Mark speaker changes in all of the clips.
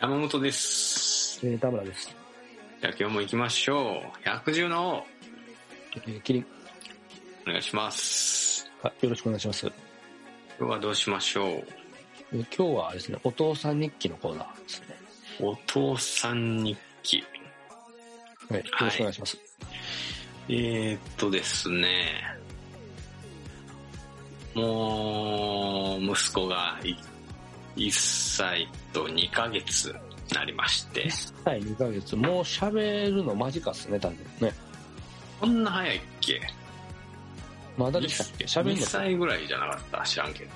Speaker 1: 山本です。
Speaker 2: えー、田村です。
Speaker 1: じゃあ今日も行きましょう。百獣の王、
Speaker 2: えー、キリン
Speaker 1: お願いします。
Speaker 2: あ、よろしくお願いします。
Speaker 1: 今日はどうしましょう。
Speaker 2: えー今日はあれですね、お父さん日記のコーナーですね。
Speaker 1: お父さん日記。
Speaker 2: はい、よろしくお願いします。
Speaker 1: えー、っとですね。もう、息子がい1歳と2ヶ月になりまして。
Speaker 2: はい、2ヶ月。もう喋るの間近っすね、多分ね。
Speaker 1: こんな早いっけ
Speaker 2: まだでしたっけ喋る
Speaker 1: ?2
Speaker 2: の
Speaker 1: 歳ぐらいじゃなかった知らんけど。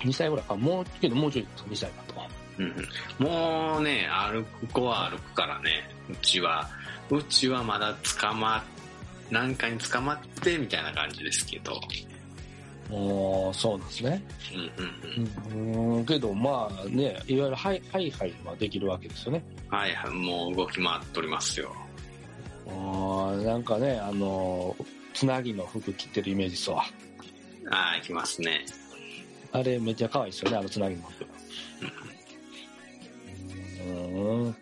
Speaker 2: 2歳ぐらい。あ、もう、けどもうちょい、2歳だと。
Speaker 1: うんうん、もうね、歩く子は歩くからね、うちは、うちはまだ捕ま、なんかに捕まってみたいな感じですけど、
Speaker 2: おー、そうなんですね。
Speaker 1: うんうん
Speaker 2: うーん、けどまあね、いわゆるハイハイハイはできるわけですよね。
Speaker 1: うん。はいはい、もう動き回っておりますよ。
Speaker 2: あーなんかね、あのー、つなぎの服着てるイメージっすわ。
Speaker 1: ああ、行きますね。
Speaker 2: あれめっちゃ可愛いですよね、あのつなぎの服。うー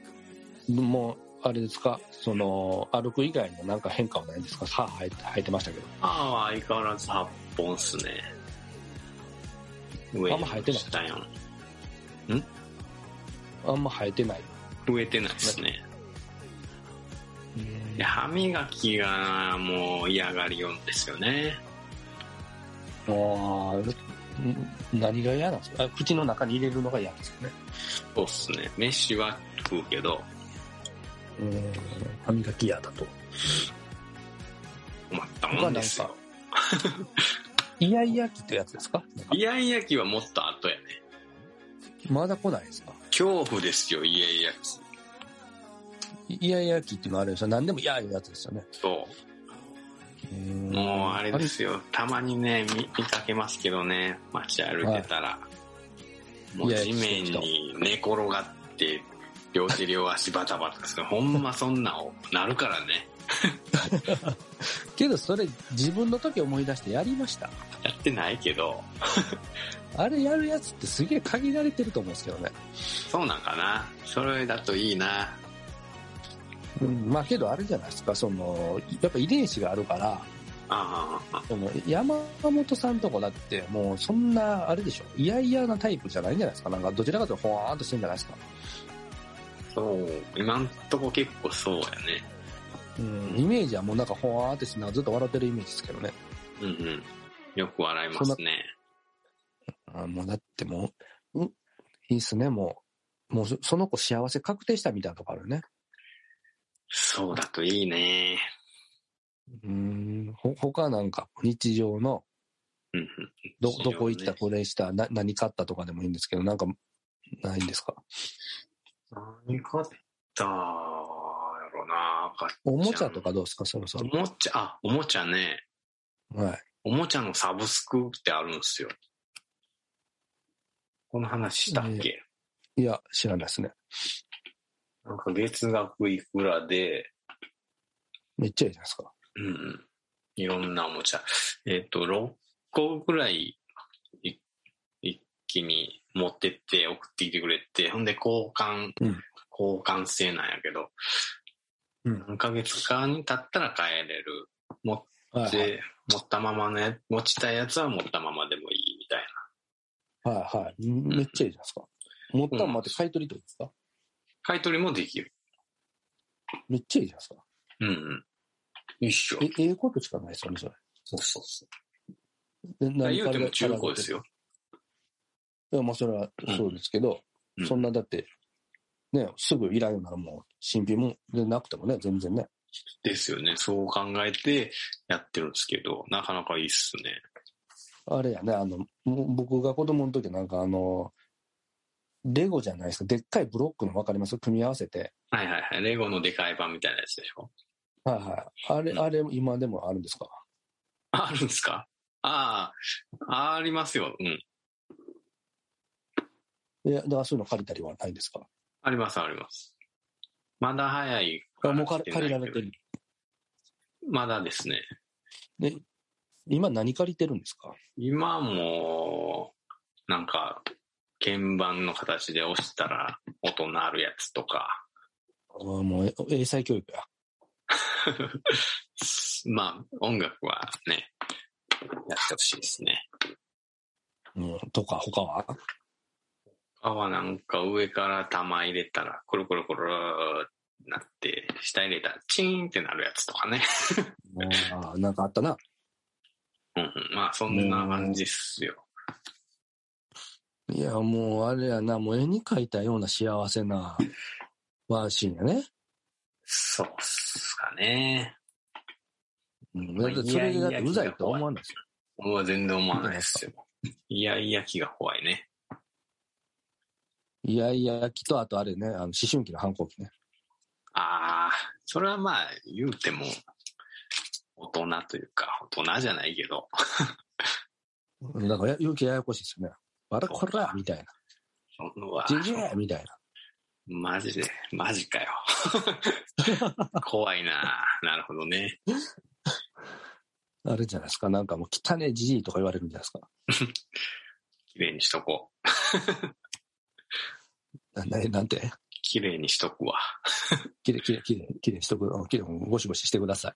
Speaker 2: ん。もう、あれですか、その、歩く以外のなんか変化はないんですか歯生えて生えてましたけど。
Speaker 1: あは相変わらず8本っすね。上
Speaker 2: あんま生えてない
Speaker 1: 下よ
Speaker 2: あんま生えてない。
Speaker 1: 植えてないですね。で歯磨きがもう嫌がりよんですよね。
Speaker 2: あーん何が嫌なんですかあ口の中に入れるのが嫌なんですかね。
Speaker 1: そうっすね。飯は食うけど、
Speaker 2: うん。歯磨き嫌だと。
Speaker 1: 困ったもんですよ。
Speaker 2: イヤイヤ期ってやつですか
Speaker 1: イヤイヤ期はもっと後やね。
Speaker 2: まだ来ないですか
Speaker 1: 恐怖ですよ、イヤイヤ期。
Speaker 2: イヤイヤ期っていうのはあれですよ。何でも嫌いうやつですよね。
Speaker 1: そうう。
Speaker 2: ん
Speaker 1: もうあれですよ、たまにね、見見かけますけどね、街歩いてたら、もう
Speaker 2: いや
Speaker 1: 地面に寝転がって、両手両足バタバタする。ほんまそんなんなるからね。
Speaker 2: けどそれ自分の時思い出してやりました。
Speaker 1: やってないけど、
Speaker 2: あれやるやつってすげえ限られてると思うんですけどね。
Speaker 1: そうなんかな。それだといいな。
Speaker 2: うん、まあけどあれじゃないですか、その、やっぱ遺伝子があるから、
Speaker 1: ああ、
Speaker 2: その山本さんとこだってもうそんな、あれでしょ、いやいやなタイプじゃないんじゃないですか。なんかどちらかというとほわーんとしてるんじゃないですか。
Speaker 1: そう。今んとこ結構そうやね。
Speaker 2: うん、イメージはもうなんかほわーんとしてなんかずっと笑ってるイメージですけどね。
Speaker 1: うんうん。よく笑いますね。
Speaker 2: あもうだってもう、うん、いいっすね、もう。もうそその子幸せ確定したみたいなとこあるね。
Speaker 1: そうだといいね。
Speaker 2: うん、ほ、他なんか日常の
Speaker 1: うんうん。
Speaker 2: ど
Speaker 1: 日常、ね
Speaker 2: どこ行った、これした、な、何買ったとかでもいいんですけど、なんか、ないんですか
Speaker 1: 何買ったやろな買っ
Speaker 2: おもちゃとかどうですかそろそ
Speaker 1: お
Speaker 2: ろ。
Speaker 1: もちゃ、あ、おもちゃね。
Speaker 2: はい。
Speaker 1: おもちゃのサブスクってあるんですよ。この話したっけ、
Speaker 2: いや、知らないですね。
Speaker 1: なんか月額いくらで、
Speaker 2: めっちゃいいじゃないですか。
Speaker 1: うんうん。いろんなおもちゃ。えっ、と、6個ぐらいい一気に持ってって送ってきてくれて、ほんで交換、
Speaker 2: うん
Speaker 1: 交換制なんやけど、
Speaker 2: うん
Speaker 1: 何ヶ月間経ったら帰れる。
Speaker 2: はい、はい。
Speaker 1: で、持ったままね、持ちたいやつは持ったままでもいいみたいな。
Speaker 2: はい、はい。めっちゃいいじゃないですか。もったんまって買い取りってことですか
Speaker 1: 買い取りもできる。
Speaker 2: めっちゃいいじゃないですか。
Speaker 1: うんうん。一緒。
Speaker 2: え、ええことしかないですよね、それ。
Speaker 1: そうそうそ
Speaker 2: で、
Speaker 1: う。
Speaker 2: 何
Speaker 1: 言うても中古です
Speaker 2: よ。
Speaker 1: よ。
Speaker 2: いや、まあ、それはそうですけど、
Speaker 1: うん
Speaker 2: そんな、だって、ね、すぐいらんようならもう、新品も、でなくてもね、全然ね。
Speaker 1: ですよね。そう考えてやってるんですけど、なかなかいいっすね。
Speaker 2: あれやね、あの、も僕が子供の時なんかあの、レゴじゃないですか。でっかいブロックの分かります組み合わせて。
Speaker 1: はいはいはい。レゴのでかい版みたいなやつでしょ
Speaker 2: はいはい。あれ、あれ、今でもあるんですか
Speaker 1: ああるんですかああ、ありますよ。うん。
Speaker 2: いや、だからそういうの借りたりはないんですか
Speaker 1: ありますあります。まだ早いから
Speaker 2: あもう借
Speaker 1: 来
Speaker 2: り
Speaker 1: ない
Speaker 2: 借
Speaker 1: け
Speaker 2: り
Speaker 1: ど
Speaker 2: られてる。
Speaker 1: まだですね。
Speaker 2: 今何借りてるんですか
Speaker 1: 今も、なんか、鍵盤の形で押したら音鳴るやつとか、
Speaker 2: あーもう、英才教育や。
Speaker 1: まあ、音楽はね、やってほしいですね。
Speaker 2: うん。とか、他は
Speaker 1: 他はなんか上から玉入れたら、コロコロコロなって、下入れたらチーンってなるやつとかね。
Speaker 2: あーなんかあったな。
Speaker 1: うんうん、まあ、そんな感じっすよ。
Speaker 2: いや、もう、あれやな、もう絵に描いたような幸せなワンシーンやね。
Speaker 1: そうっすかね。
Speaker 2: うん。
Speaker 1: ま
Speaker 2: だ
Speaker 1: あ
Speaker 2: ってそれでだっ
Speaker 1: いやい
Speaker 2: て
Speaker 1: や
Speaker 2: うざいとは思わないです
Speaker 1: 僕は全然思わないっすよ。いやいや気が怖いね。
Speaker 2: よ。いやいや、きっと、あとあれね、あの思春期の反抗期ね。
Speaker 1: ああ、それはまあ、言うても、大人というか、大人じゃないけど、
Speaker 2: だからや、余計ややこしいですよね。あらこらみたいな。
Speaker 1: そのは、
Speaker 2: じじいみたいな。
Speaker 1: マジで、マジか よ。怖いな。なるほどね。
Speaker 2: あるじゃないですか。なんかもう、汚ねじじいとか言われるんじゃないですか。
Speaker 1: 綺麗にしとこう。
Speaker 2: なななんて
Speaker 1: 綺麗にしとくわ。
Speaker 2: きれいきれいきれいきれいにしとくうんきれいゴシゴシしてくださ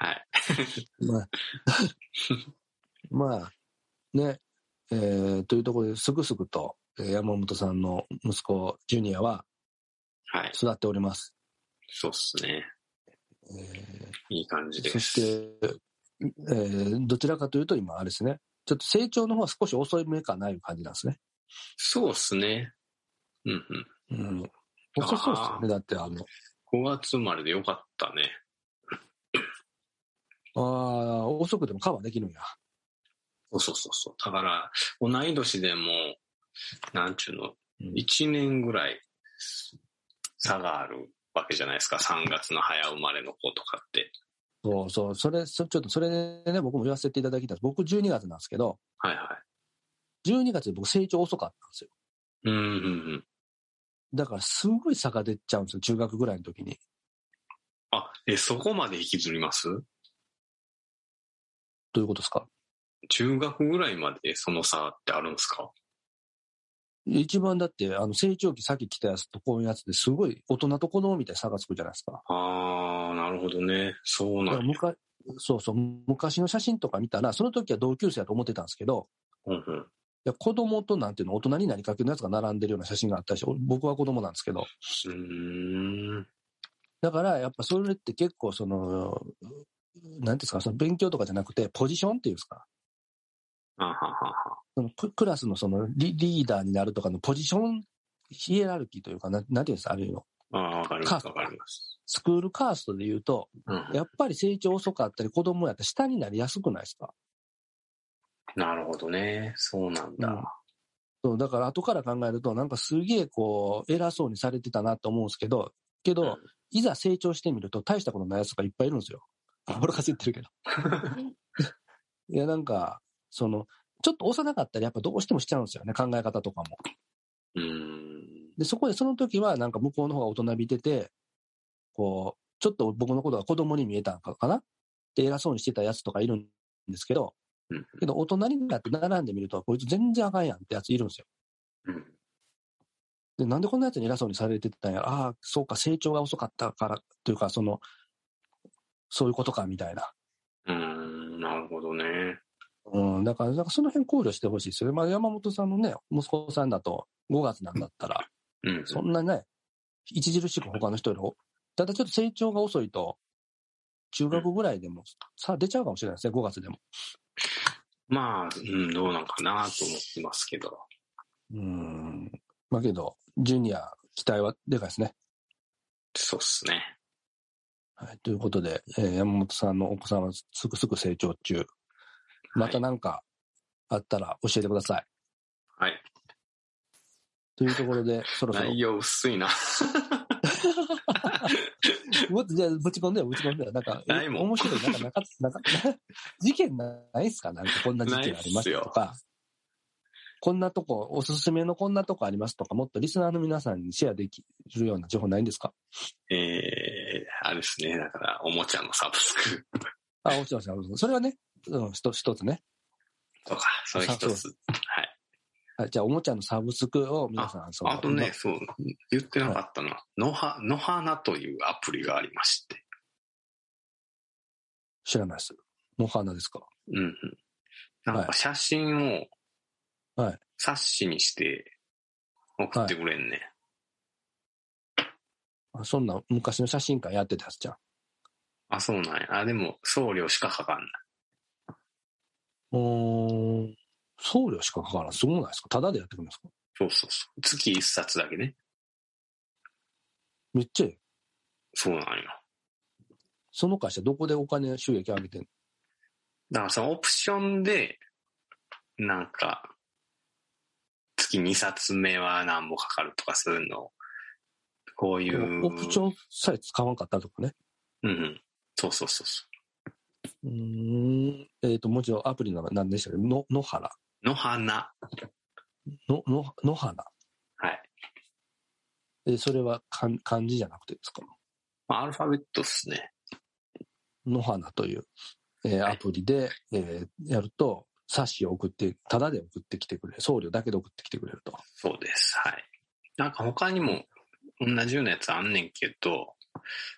Speaker 1: はい。
Speaker 2: い。まあ、 まあ、ね、えーというところで、すぐすぐとえー山本さんの息子、ジュニアは
Speaker 1: はい。
Speaker 2: 育っております。
Speaker 1: そうっすね。
Speaker 2: え
Speaker 1: いい感じ
Speaker 2: ー
Speaker 1: です。
Speaker 2: そして、えーどちらかというと今、あれですね、ちょっと成長の方は少し遅い目かないう感じなんですね。
Speaker 1: そうっすね。うんうん。
Speaker 2: うん。遅そうですよね。だって、あの、
Speaker 1: 5月生まれでよかったね。
Speaker 2: ああ、遅くてもカバーできるんや。
Speaker 1: そうそうそうそう。だから、同い年でも、なんちゅうの、1年ぐらい差があるわけじゃないですか。3月の早生まれの子とかって。
Speaker 2: そうそう、それ、そちょっとそれでね、僕も言わせていただきたいです。僕12月なんですけど、
Speaker 1: はいは
Speaker 2: 12月で僕成長遅かったんですよ。
Speaker 1: い。うんうんうん。
Speaker 2: だからすごい差が出ちゃうんですよ、中学ぐらいの時に。
Speaker 1: あ、え、そこまで引きずります
Speaker 2: どういうことですか
Speaker 1: 中学ぐらいまでその差ってあるんですか
Speaker 2: 一番だって、あの、成長期さっき来たやつとこういうやつですごい大人と子供みたいな差がつくじゃないですか。
Speaker 1: あー、なるほどね。そう
Speaker 2: だ
Speaker 1: な
Speaker 2: から
Speaker 1: んや。
Speaker 2: 昔そうそう、昔の写真とか見たら、その時は同級生だと思ってたんですけど、
Speaker 1: うんうん。
Speaker 2: いや子供となんていうの、大人になりかけのやつが並んでるような写真があったりして、僕は子供なんですけど、
Speaker 1: うーん。
Speaker 2: だから、やっぱそれって結構、その、なんていうんですか、その勉強とかじゃなくて、ポジションっていうんですか、
Speaker 1: あははは。
Speaker 2: そのククラスのそのリリーダーになるとかのポジション、ヒエラルキーというか、なんなんていうんですか、あるいは
Speaker 1: ああ、わかります、
Speaker 2: カー
Speaker 1: わ
Speaker 2: スト
Speaker 1: かります。
Speaker 2: スクールカーストで言うと、
Speaker 1: うん。
Speaker 2: やっぱり成長遅かったり、子供やったら下になりやすくないですか。
Speaker 1: なるほどね。そうなんだ。
Speaker 2: うんそうだから後から考えると、なんかすげえこう、偉そうにされてたなと思うんですけど、け
Speaker 1: う
Speaker 2: ど
Speaker 1: ん、
Speaker 2: いざ成長してみると、大したことないやつとかいっぱいいるんですよ。あ俺が言ってるけ ど。いや、なんか、その、ちょっと幼かったり、やっぱどうしてもしちゃうんですよね、考え方とかも。
Speaker 1: うーん。
Speaker 2: で、そこでその時は、なんか向こうの方が大人びてて、こう、ちょっと僕のことが子供に見えたのかかなって偉そうにしてたやつとかいるんですけど
Speaker 1: うん、
Speaker 2: けど大人になって並んでみると、こいつ全然あかんやんってやついるんですよ。
Speaker 1: うん。
Speaker 2: で、なんでこんなやつに偉そうにされてたんやああ、そうか、成長が遅かったから、というか、その、そういうことか、みたいな。
Speaker 1: うーん。なるほどね。
Speaker 2: うん、だから、なんかその辺考慮してほしいですよね。まあ、山本さんのね、息子さんだと、5月なんだったら、
Speaker 1: うん。
Speaker 2: そんなね、著しく他の人より、ただちょっと成長が遅いと、中学ぐらいでも、さあ出ちゃうかもしれないですね、5月でも。
Speaker 1: まあ、うん、どうなんかなと思ってますけど。
Speaker 2: うん。まあけど、ジュニア、期待はでかいですね。
Speaker 1: そうっすね。
Speaker 2: はい、ということで、えー山本さんのお子さんはすぐすぐ成長中。またなんかあったら教えてください。
Speaker 1: はい。
Speaker 2: というとこ ろで、そろそろ。
Speaker 1: 内容薄いな。
Speaker 2: もっとじゃあ、ぶち込んでよ、ぶち込んでよ。なんか、え
Speaker 1: ないもん
Speaker 2: 面白い。なんか、なか、なか、 事件ないっすかなんか、こんな事件ありましたと
Speaker 1: な
Speaker 2: か。こんなとこ、おすすめのこんなとこありますとか、もっとリスナーの皆さんにシェアできるような情報ないんですか
Speaker 1: えー、あれですね。だから、おもちゃのサブスク
Speaker 2: あ、もちろん、もちろんそれはね、うん、一つ、一つね。
Speaker 1: とか、それ一つ。はい。
Speaker 2: はい、じゃあ、おもちゃのサブスクを皆さん、その
Speaker 1: あとね、そう、言ってなかったな。のは、のはなというアプリがありまして。
Speaker 2: 知らないです。の花ですか。
Speaker 1: うんうん。なん
Speaker 2: は
Speaker 1: か
Speaker 2: い
Speaker 1: 写真を、
Speaker 2: はい
Speaker 1: 冊子にして送ってくれんね。
Speaker 2: あそんな昔の写真館やってたやつじゃん。
Speaker 1: あ、そうなんや。あ、でも送料しかかかんない。
Speaker 2: うーん。送料しかかからん。すごくないですかタダでやってくるんですか
Speaker 1: そうそうそう。月一冊だけね。
Speaker 2: めっちゃええ。
Speaker 1: そうなんよ。
Speaker 2: その会社どこでお金収益上げてんの
Speaker 1: だからそのオプションで、なんか、月2冊目は何もかかるとかするの。こういう。
Speaker 2: オプションさえ使わんかったとかね。
Speaker 1: うんうん。そうそうそうそう
Speaker 2: ーん。えっ、と、もちろんアプリの名前何でしたっけの、野原。
Speaker 1: う。の花。
Speaker 2: の、の、野原。
Speaker 1: はい。
Speaker 2: え、それは漢漢字じゃなくてですか
Speaker 1: まあ、アルファベットっすね。
Speaker 2: 野花という、えー
Speaker 1: はい
Speaker 2: アプリで、えーやると、冊子を送って、タダで送ってきてくれる。送料だけで送ってきてくれると。
Speaker 1: そうです。はい。なんか他にも同じようなやつあんねんけど、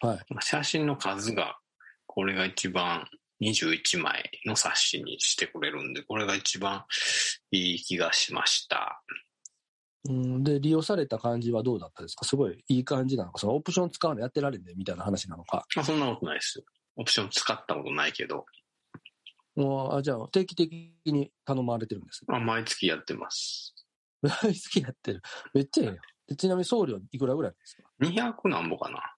Speaker 2: はい
Speaker 1: まあ写真の数が、これが一番21枚の冊子にしてくれるんで、これが一番いい気がしました。
Speaker 2: うん、で、利用された感じはどうだったですかすごいいい感じなのか、そのオプション使うのやってられんねみたいな話なのか。
Speaker 1: まあ、そんなことないです。オプション使ったことないけど、
Speaker 2: もう、あじゃあ、定期的に頼まれてるんです。
Speaker 1: まあ、毎月やってます。
Speaker 2: 大好きやってる。めっちゃええやんで。ちなみに送料いくらぐらいですか
Speaker 1: 200なんぼかな。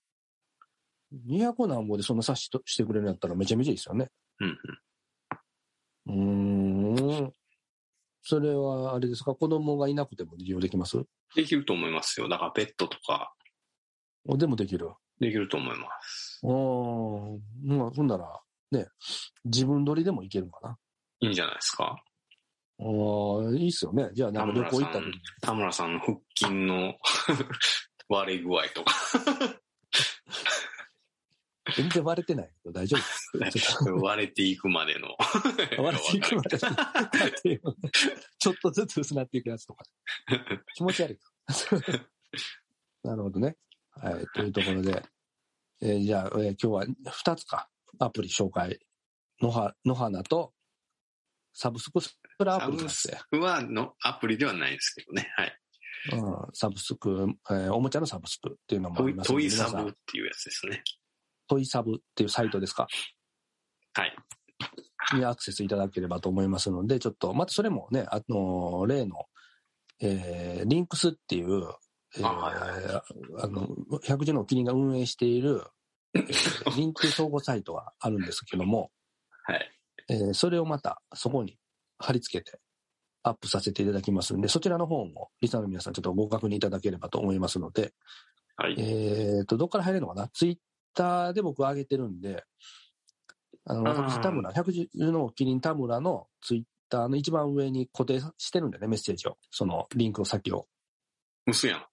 Speaker 2: ?200 何本でそんな冊子としてくれるんやったらめちゃめちゃいいですよね。
Speaker 1: うんうん。
Speaker 2: うーん。それはあれですか子供がいなくても利用できます
Speaker 1: できると思いますよ。だからペットとか
Speaker 2: おでもできる。
Speaker 1: できると思います。
Speaker 2: おーまあ、そんなら、ね、自分撮りでもいけるのかな。
Speaker 1: いいんじゃないですか。
Speaker 2: おーいいっすよね。じゃあ、なんか旅行行った時に。
Speaker 1: 田村さんの腹筋の 割れ具合とか。
Speaker 2: 全然割れてないけど大丈夫です。
Speaker 1: 割れていくまでの。
Speaker 2: 割れていくまでちょっとずつ薄なっていくやつとか。気持ち悪い。 なるほどね。はい。というところで、えーじゃあ、えー今日は2つか。アプリ紹介。のは、の花と、 サブスク、それはアプリなんですね
Speaker 1: 僕はのアプリではないんですけどね。はい。
Speaker 2: うん、サブスク、えーおもちゃのサブスクっていうのもあ
Speaker 1: ト
Speaker 2: り
Speaker 1: イ
Speaker 2: ます
Speaker 1: ト
Speaker 2: ので
Speaker 1: イサ
Speaker 2: 皆
Speaker 1: ブっ
Speaker 2: さん
Speaker 1: ていうやつですね。
Speaker 2: トイサブっていうサイトですか
Speaker 1: はい。
Speaker 2: にアクセスいただければと思いますので、ちょっと、またそれもね、あの、例の、えー、リンクスっていう、えー
Speaker 1: あはいは
Speaker 2: あの、百獣の麒麟が運営している、え ーリンク総合サイトがあるんですけども、
Speaker 1: はい。
Speaker 2: えーそれをまたそこに貼り付けてアップさせていただきますので、そちらの方もリスナーの皆さんちょっとご確認いただければと思いますので、
Speaker 1: はい。
Speaker 2: えっ、と、どっから入れるのかなツイッターで僕上げてるんで、あの、
Speaker 1: あー
Speaker 2: 私、田村、110のキリン田村のツイッターの一番上に固定してるんだよね、メッセージを。そのリンクを先を。
Speaker 1: 嘘やん。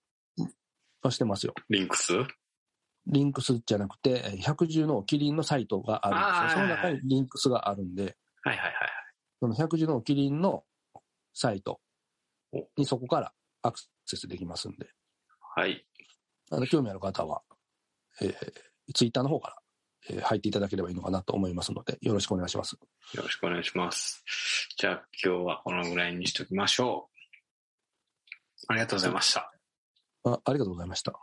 Speaker 2: あしてますよ。
Speaker 1: リンクス
Speaker 2: リンクスじゃなくて、えー110のキリンのサイトがあるんですよ。
Speaker 1: あー
Speaker 2: その中にリンクスがあるんで、
Speaker 1: はいはいはい。
Speaker 2: その110のキリンのサイト
Speaker 1: お
Speaker 2: にそこからアクセスできますんで、
Speaker 1: はい。
Speaker 2: あの興味ある方は、えー、ツイッターの方から、えー入っていただければいいのかなと思いますので、よろしくお願いします。
Speaker 1: よろしくお願いします。じゃあ今日はこのぐらいにしときましょう。ありがとうございました。
Speaker 2: あありがとうございました。